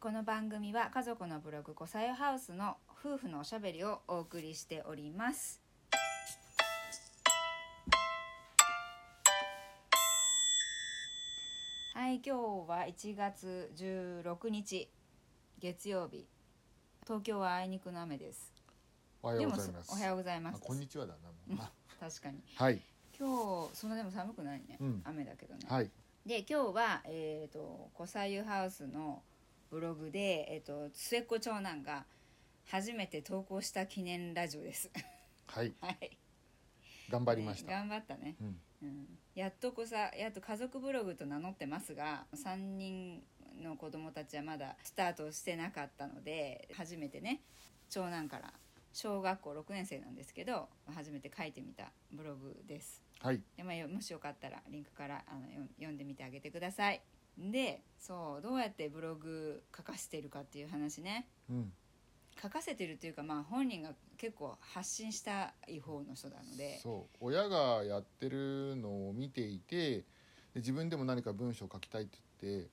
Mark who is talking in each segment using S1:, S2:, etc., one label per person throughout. S1: この番組は家族のブログ「コサヨハウス」の夫婦のおしゃべりをお送りしておりますはい今日は1月16日月曜日東京はあいにくの雨です
S2: おは
S1: で
S2: よう
S1: も
S2: ござい
S1: す
S2: ます。
S1: おはようございます
S2: あこんにちはだな。もうあ
S1: 確かに
S2: はい
S1: 今日そんなでも寒くないね、
S2: うん
S1: 雨だけどね、
S2: はい
S1: で今日はえっ、と小さゆハウスのブログでえっ、と末っ子長男が初めて投稿した記念ラジオです。
S2: はい
S1: はい。
S2: 頑張りました。
S1: 頑張ったね。
S2: うん
S1: うん。やっとこさやっと家族ブログと名乗ってますが、三人の子供たちはまだスタートしてなかったので、初めてね長男から小学校六年生なんですけど、初めて書いてみたブログです。
S2: はい
S1: で、まあ、よもしよかったらリンクからあのよ読んでみてあげてくださいでそうどうやってブログ書かせてるかっていう話ね
S2: うん
S1: 書かせてるというか、まあ、本人が結構発信したい方の人なので
S2: そう親がやってるのを見ていてで自分でも何か文章を書きたいって言って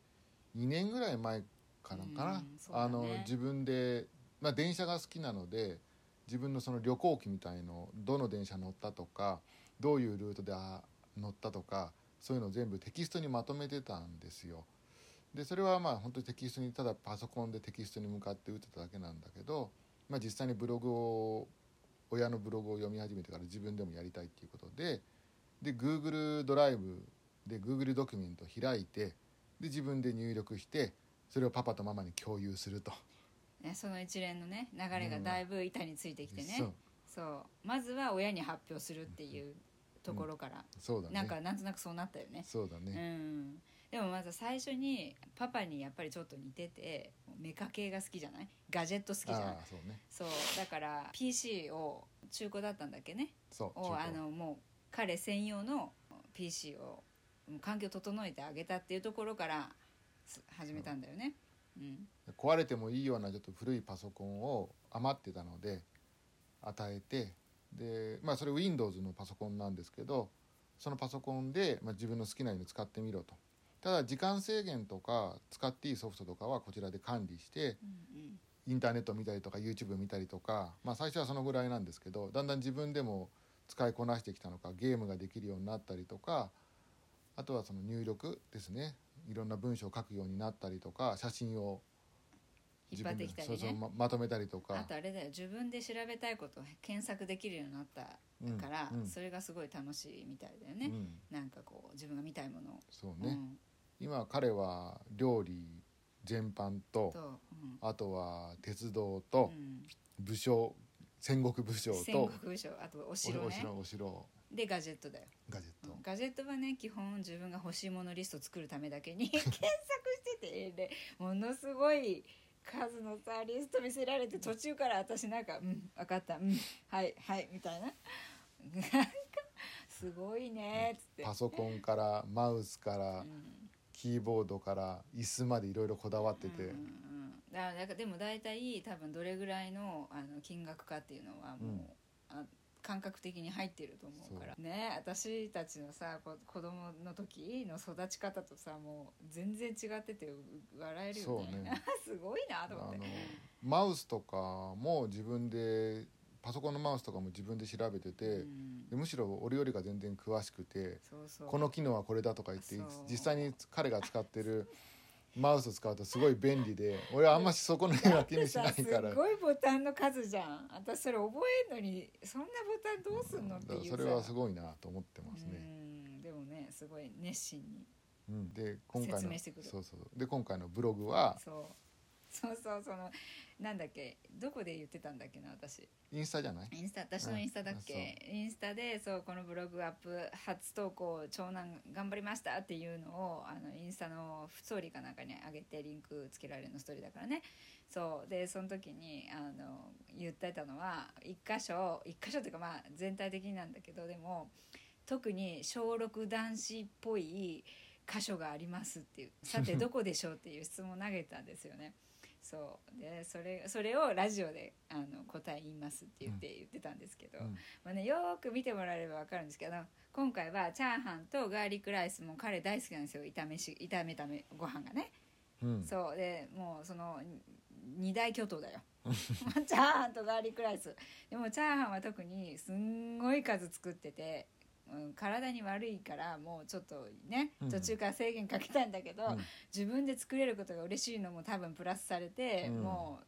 S2: 2年ぐらい前かな
S1: うん
S2: かな、
S1: そうだね
S2: あの自分でまあ電車が好きなので自分のその旅行記みたいのどの電車乗ったとかどういうルートであ乗ったとかそういうのを全部テキストにまとめてたんですよ。でそれはまあ本当にテキストにただパソコンでテキストに向かって打ってただけなんだけど、まあ、実際にブログを親のブログを読み始めてから自分でもやりたいっていうことでで Google ドライブで Google ドキュメントを開いてで自分で入力してそれをパパとママに共有すると。
S1: ねその一連のね流れがだいぶ板についてきてね、
S2: そう
S1: そうまずは親に発表するっていうところから、
S2: そうだね
S1: なんかなんとなくそうなったよね
S2: そうだね、
S1: うん、でもまず最初にパパにやっぱりちょっと似ててメカ系が好きじゃないガジェット好きじゃない
S2: ああそうね
S1: そうだから PC を中古だったんだっけね
S2: そう
S1: を
S2: 中
S1: あ
S2: 古
S1: のもう彼専用の PC をもう環境整えてあげたっていうところからす始めたんだよね。うん、
S2: 壊れてもいいようなちょっと古いパソコンを余ってたので与えてでまあそれ Windows のパソコンなんですけどそのパソコンで、まあ、自分の好きなように使ってみろとただ時間制限とか使っていいソフトとかはこちらで管理して
S1: うん
S2: インターネット見たりとか YouTube 見たりとか、まあ、最初はそのぐらいなんですけどだんだん自分でも使いこなしてきたのかゲームができるようになったりとかあとはその入力ですねいろんな文章を書くようになったりとか写真を
S1: 引っ張ってきたり
S2: 自分でそうそう
S1: ね。
S2: ままとめたりと
S1: あ
S2: か
S1: とあれだよ自分で調べたいことを検索できるようになったから、
S2: うんうん
S1: それがすごい楽しいみたいだよ
S2: う
S1: ね、
S2: ん、
S1: なんかこう自分が見たいものを、
S2: そ
S1: う
S2: うね、
S1: ん、
S2: 今彼は料理全般と
S1: と、うん、
S2: あとは鉄道と
S1: うん
S2: 武将、戦国武将
S1: 戦
S2: と
S1: 国武将あとお
S2: お
S1: 城
S2: お
S1: ね
S2: 城お城
S1: でガジェットだよ、
S2: ガジェット、
S1: ガジェットはね基本自分が欲しいものリスト作るためだけに検索しててでものすごい数のさリスト見せられて途中から私なんか「うん分かったうんはいはい」みたいななんかすごいねっつって
S2: パソコンからマウスから、
S1: うん
S2: キーボードから椅子までいろいろこだわってて、
S1: うんうんうんだだからでも大体多分どれぐらいのあの金額かっていうのはもう、あ感覚的に入ってると思うからね私たちのさこ子供の時の育ち方とさもう全然違っててう笑えるよね
S2: そうね
S1: すごいな
S2: あ
S1: と思って
S2: のマウスとかも自分でパソコンのマウスとかも自分で調べてて、
S1: うん
S2: でむしろ俺よりが全然詳しくて
S1: そうそう
S2: この機能はこれだとか言って
S1: そう
S2: 実際に彼が使ってる マウスを使うとすごい便利で俺はあんましそこの辺は気にしない か
S1: さす
S2: ら。
S1: ごいボタンの数じゃん私それ覚えんのにそんなボタンどうすんのっていう
S2: だ
S1: さ
S2: からそれはすごいなと思ってますね。
S1: うんでもねすごい熱心に
S2: うんで今回
S1: 説
S2: の
S1: 明してくる
S2: そうそうで今回のブログは
S1: そうそうそうそのなんだっけどこで言ってたんだっけな私
S2: インスタじゃない？
S1: インスタ私のインスタだっけ、インスタでそうこのブログアップ初投稿長男頑張りましたっていうのをあのインスタのストーリーかなんかに上げてリンクつけられるのストーリーだからねそうでその時にあの言ってたのは一箇所一箇所というかまあ全体的になんだけどでも特に小6男子っぽい箇所がありますっていうさ てどこでしょうっていう質問を投げたんですよね。そうでそれそれをラジオであの答え言いますって言って言ってたんですけど、
S2: うん
S1: まあね、よーく見てもらえれば分かるんですけど今回はチャーハンとガーリックライスも彼大好きなんですよ炒めし炒めためご飯がね
S2: うん
S1: そうでもうその二大巨頭だよ まあチャーハンとガーリックライスでもチャーハンは特にすんごい数作ってて、うん、体に悪いからもうちょっとね
S2: うん
S1: 途中から制限かけたんだけど、
S2: うん
S1: 自分で作れることが嬉しいのも多分プラスされて、
S2: うん
S1: もう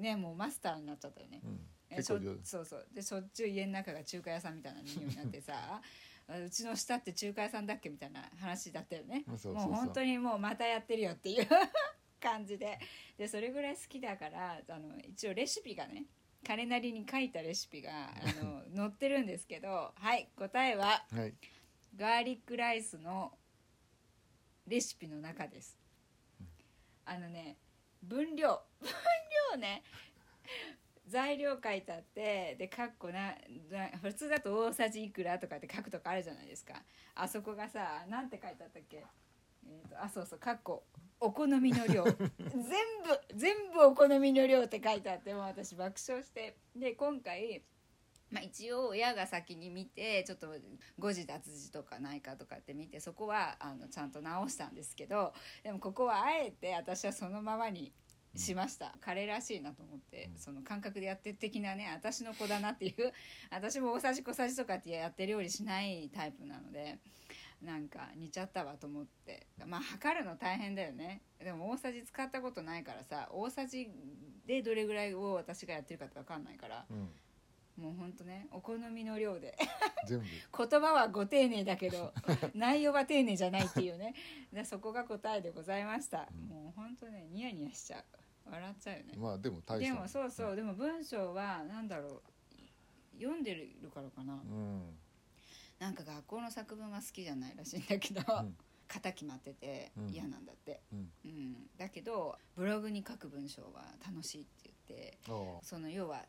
S1: ねもうマスターになっちゃったよね、
S2: うん、
S1: え
S2: 結構
S1: しょ
S2: 上手
S1: そうそうでしょっちゅう家の中が中華屋さんみたいな匂いにな ってさあうちの下って中華屋さんだっけみたいな話だったよね
S2: そうそうそう
S1: もう本当にもうまたやってるよっていう 感じででそれぐらい好きだからあの一応レシピがね彼なりに書いたレシピがあ の載ってるんですけどはい答えは
S2: はい
S1: ガーリックライスのレシピの中です。あのね分量分量ね材料書いてあってでかっこなな普通だと大さじいくらとかって書くとかあるじゃないですかあそこがさなんて書いてあったっけえー、とあそうそうかっこお好みの量全部全部お好みの量って書いてあってもう私爆笑してで今回、まあ、一応親が先に見てちょっと誤字脱字とかないかとかって見てそこはあのちゃんと直したんですけどでもここはあえて私はそのままにしました、彼らしいなと思って、
S2: うん
S1: その感覚でやって的なね私の子だなっていう 私も大さじ小さじとかってやって料理しないタイプなのでなんか似ちゃったわと思ってまあ測るの大変だよねでも大さじ使ったことないからさ大さじでどれぐらいを私がやってるかって分かんないから
S2: うん、
S1: もうほんとねお好みの量で
S2: 全部
S1: 言葉はご丁寧だけど 内容は丁寧じゃないっていうねでそこが答えでございました、
S2: うん
S1: もうほんとねニヤニヤしちゃう笑っちゃうよね
S2: まあでも大し
S1: で
S2: た
S1: もそうそう
S2: う、
S1: でも文章は何だろう読んでるからかな
S2: うん
S1: なんか学校の作文が好きじゃないらしいんだけど、
S2: うん
S1: 型決まってて
S2: うん
S1: 嫌なんだって、
S2: うん、
S1: うん、だけどブログに書く文章は楽しいって言って
S2: ああ
S1: その要は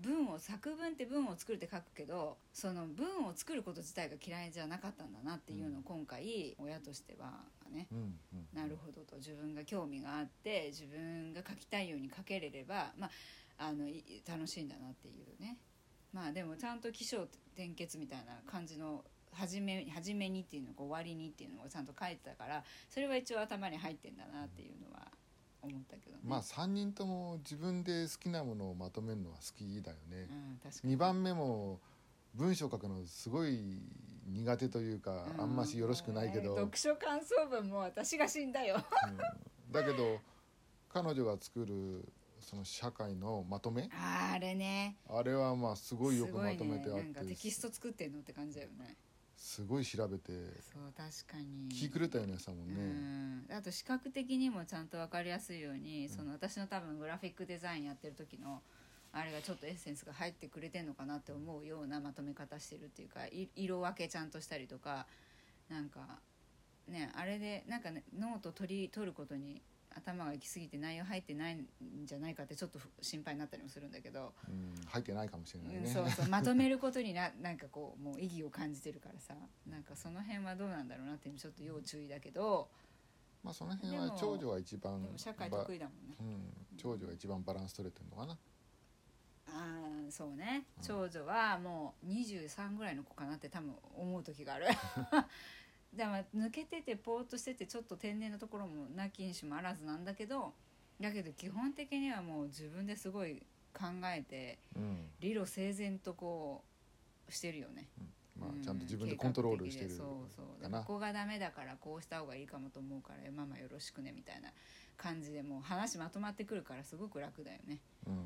S1: 文を作文って文を作るって書くけどその文を作ること自体が嫌いじゃなかったんだなっていうのを今回親としてはね、
S2: うんうん、
S1: なるほどと自分が興味があって自分が書きたいように書けれれば、まあ、あのい楽しいんだなっていうねまあでもちゃんと起承転結みたいな感じの初め初めにっていうのが終わりにっていうのをちゃんと書いてたからそれは一応頭に入ってんだなっていうのは思ったけどね。
S2: まあ3人とも自分で好きなものをまとめるのは好きだよ
S1: う
S2: ね、
S1: ん、確かに
S2: 二2番目も文章書くのすごい苦手というか、あんましよろしくないけど、
S1: ね読書感想文も私が死んだよ
S2: うんだけど彼女が作るその社会のまとめ
S1: あーあれね
S2: あれはまあすごいよくまとめて
S1: す
S2: あ
S1: ご
S2: っ
S1: いねなんかテ
S2: て
S1: キスト作ってんのって感じだよね
S2: すごい調べて
S1: そう確かに
S2: 気狂ったようなやつだもん
S1: う
S2: ね、
S1: んあと視覚的にもちゃんと分かりやすいように、その私の多分グラフィックデザインやってる時のあれがちょっとエッセンスが入ってくれてんのかなって思うようなまとめ方してるっていうかい色分けちゃんとしたりとかなんかねあれでなんか、ね、ノート取り取ることに頭が行き過ぎて内容入ってないんじゃないかってちょっとふ心配になったりもするんだけど、
S2: うん入ってないかもしれないね、
S1: うん、そうそうまとめることにな なんかこうもう意義を感じてるからさなんかその辺はどうなんだろうなっていうのちょっと要注意だけど。
S2: まあその辺
S1: で
S2: は
S1: も
S2: 長女は一番
S1: でも社会
S2: ば
S1: 得意だもんね
S2: うん、長女が一番バランス取れてるのかな
S1: ああそうね
S2: うん
S1: 長女はもう23ぐらいの子かなって多分思う時がある でも抜けててポーっとしててちょっと天然なところもなきにしもあらずなんだけどだけど基本的にはもう自分ですごい考えて
S2: うん
S1: 理路整然とこうしてるよね
S2: ま
S1: う
S2: あ、ちゃんと自分でコントロールしてる
S1: 計画的でそうそう
S2: か
S1: で
S2: な
S1: ここがダメだからこうした方がいいかもと思うからママよろしくねみたいな感じでもう話まとまってくるからすごく楽だよね
S2: うん
S1: う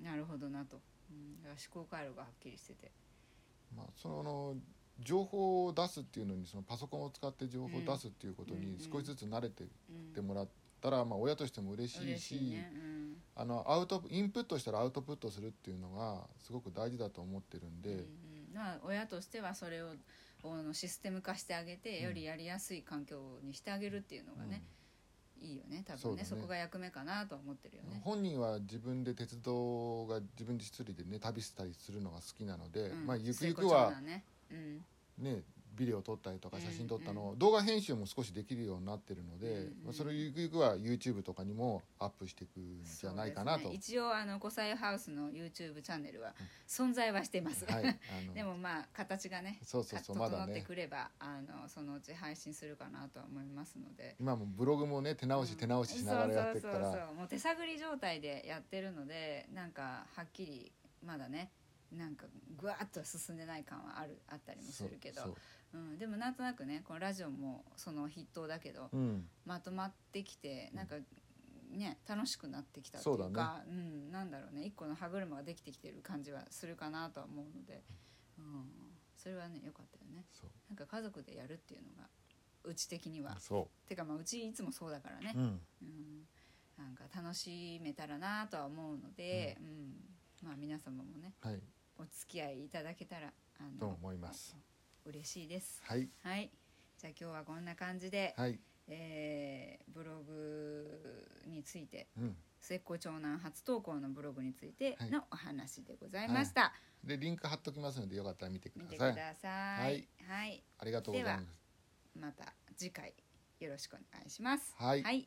S1: ん、なるほどなと、うん、だから思考回路がはっきりしてて
S2: まあ、その情報を出すっていうのにそのパソコンを使って情報を出すっていうこと
S1: うん
S2: に
S1: うん
S2: 少しずつ慣れてっ
S1: うん
S2: てもらったら、まあ、親としても嬉しい
S1: 嬉
S2: し
S1: しいね、うん、
S2: あのアウトインプットしたらアウトプットするっていうのがすごく大事だと思ってるんで、
S1: うんうんまあ、親としてはそれをあのシステム化してあげて
S2: うん
S1: よりやりやすい環境にしてあげるっていうのがね、いいよね多
S2: そ
S1: 分
S2: うだ
S1: ね
S2: ね
S1: そこが役目かなとは思ってるよ
S2: うん
S1: ね。
S2: 本人は自分で鉄道が自分で一人でね旅したりするのが好きなので、
S1: うん
S2: まあ、ゆくゆく
S1: 末っ子長
S2: は
S1: 男ねうん
S2: ねビデオ撮ったりとか
S1: うん
S2: 写真撮ったのを動画編集も少しできるようになってるの
S1: うん
S2: で
S1: うん
S2: まあそれをゆくゆくは YouTube とかにもアップしていくんじゃないかなと
S1: そうですね一応あの「五歳ハウス」の YouTube チャンネルは存在はしてます、
S2: はいあ の
S1: でもまあ形がね
S2: そうそうそうま
S1: 整
S2: だ
S1: って
S2: ね
S1: くれば、あのそのうち配信するかなとは思いますので
S2: 今もブログもね手直し手直ししながらやっていくか
S1: そうそうそう
S2: ら
S1: そうもう手探り状態でやってるのでなんかはっきりまだねなんかぐわっと進んでない感はあるあったりもす
S2: そう
S1: るけ
S2: そう
S1: どうん、でもなんとなくねこのラジオもその筆頭だけど、
S2: うん
S1: まとまってきて
S2: ん
S1: なんかね楽しくなってきたっていう
S2: そうだ
S1: かう、ん、なんだろうね一個の歯車ができてきてる感じはするかなとは思うので、うん、それはね良かったよね
S2: そう
S1: なんか家族でやるっていうのがうち的には
S2: そ
S1: てかまあうちいつもそうだからね
S2: う、うん
S1: うん、なんか楽しめたらなとは思うので、うんまあ皆様もね
S2: はい
S1: お付き合いいただけたらあ
S2: と
S1: の
S2: 思います
S1: 嬉しいです
S2: はい
S1: はいじゃあ今日はこんな感じで、
S2: はい
S1: えーブログについて
S2: うん
S1: 末っ子長男初投稿のブログについて
S2: はい
S1: のお話でございました、
S2: でリンク貼っときますのでよかったら見てく
S1: 見
S2: だ
S1: てく
S2: さい
S1: ださい
S2: はい、
S1: はい、
S2: ありがとうございます
S1: また次回よろしくお願いします
S2: はい
S1: はい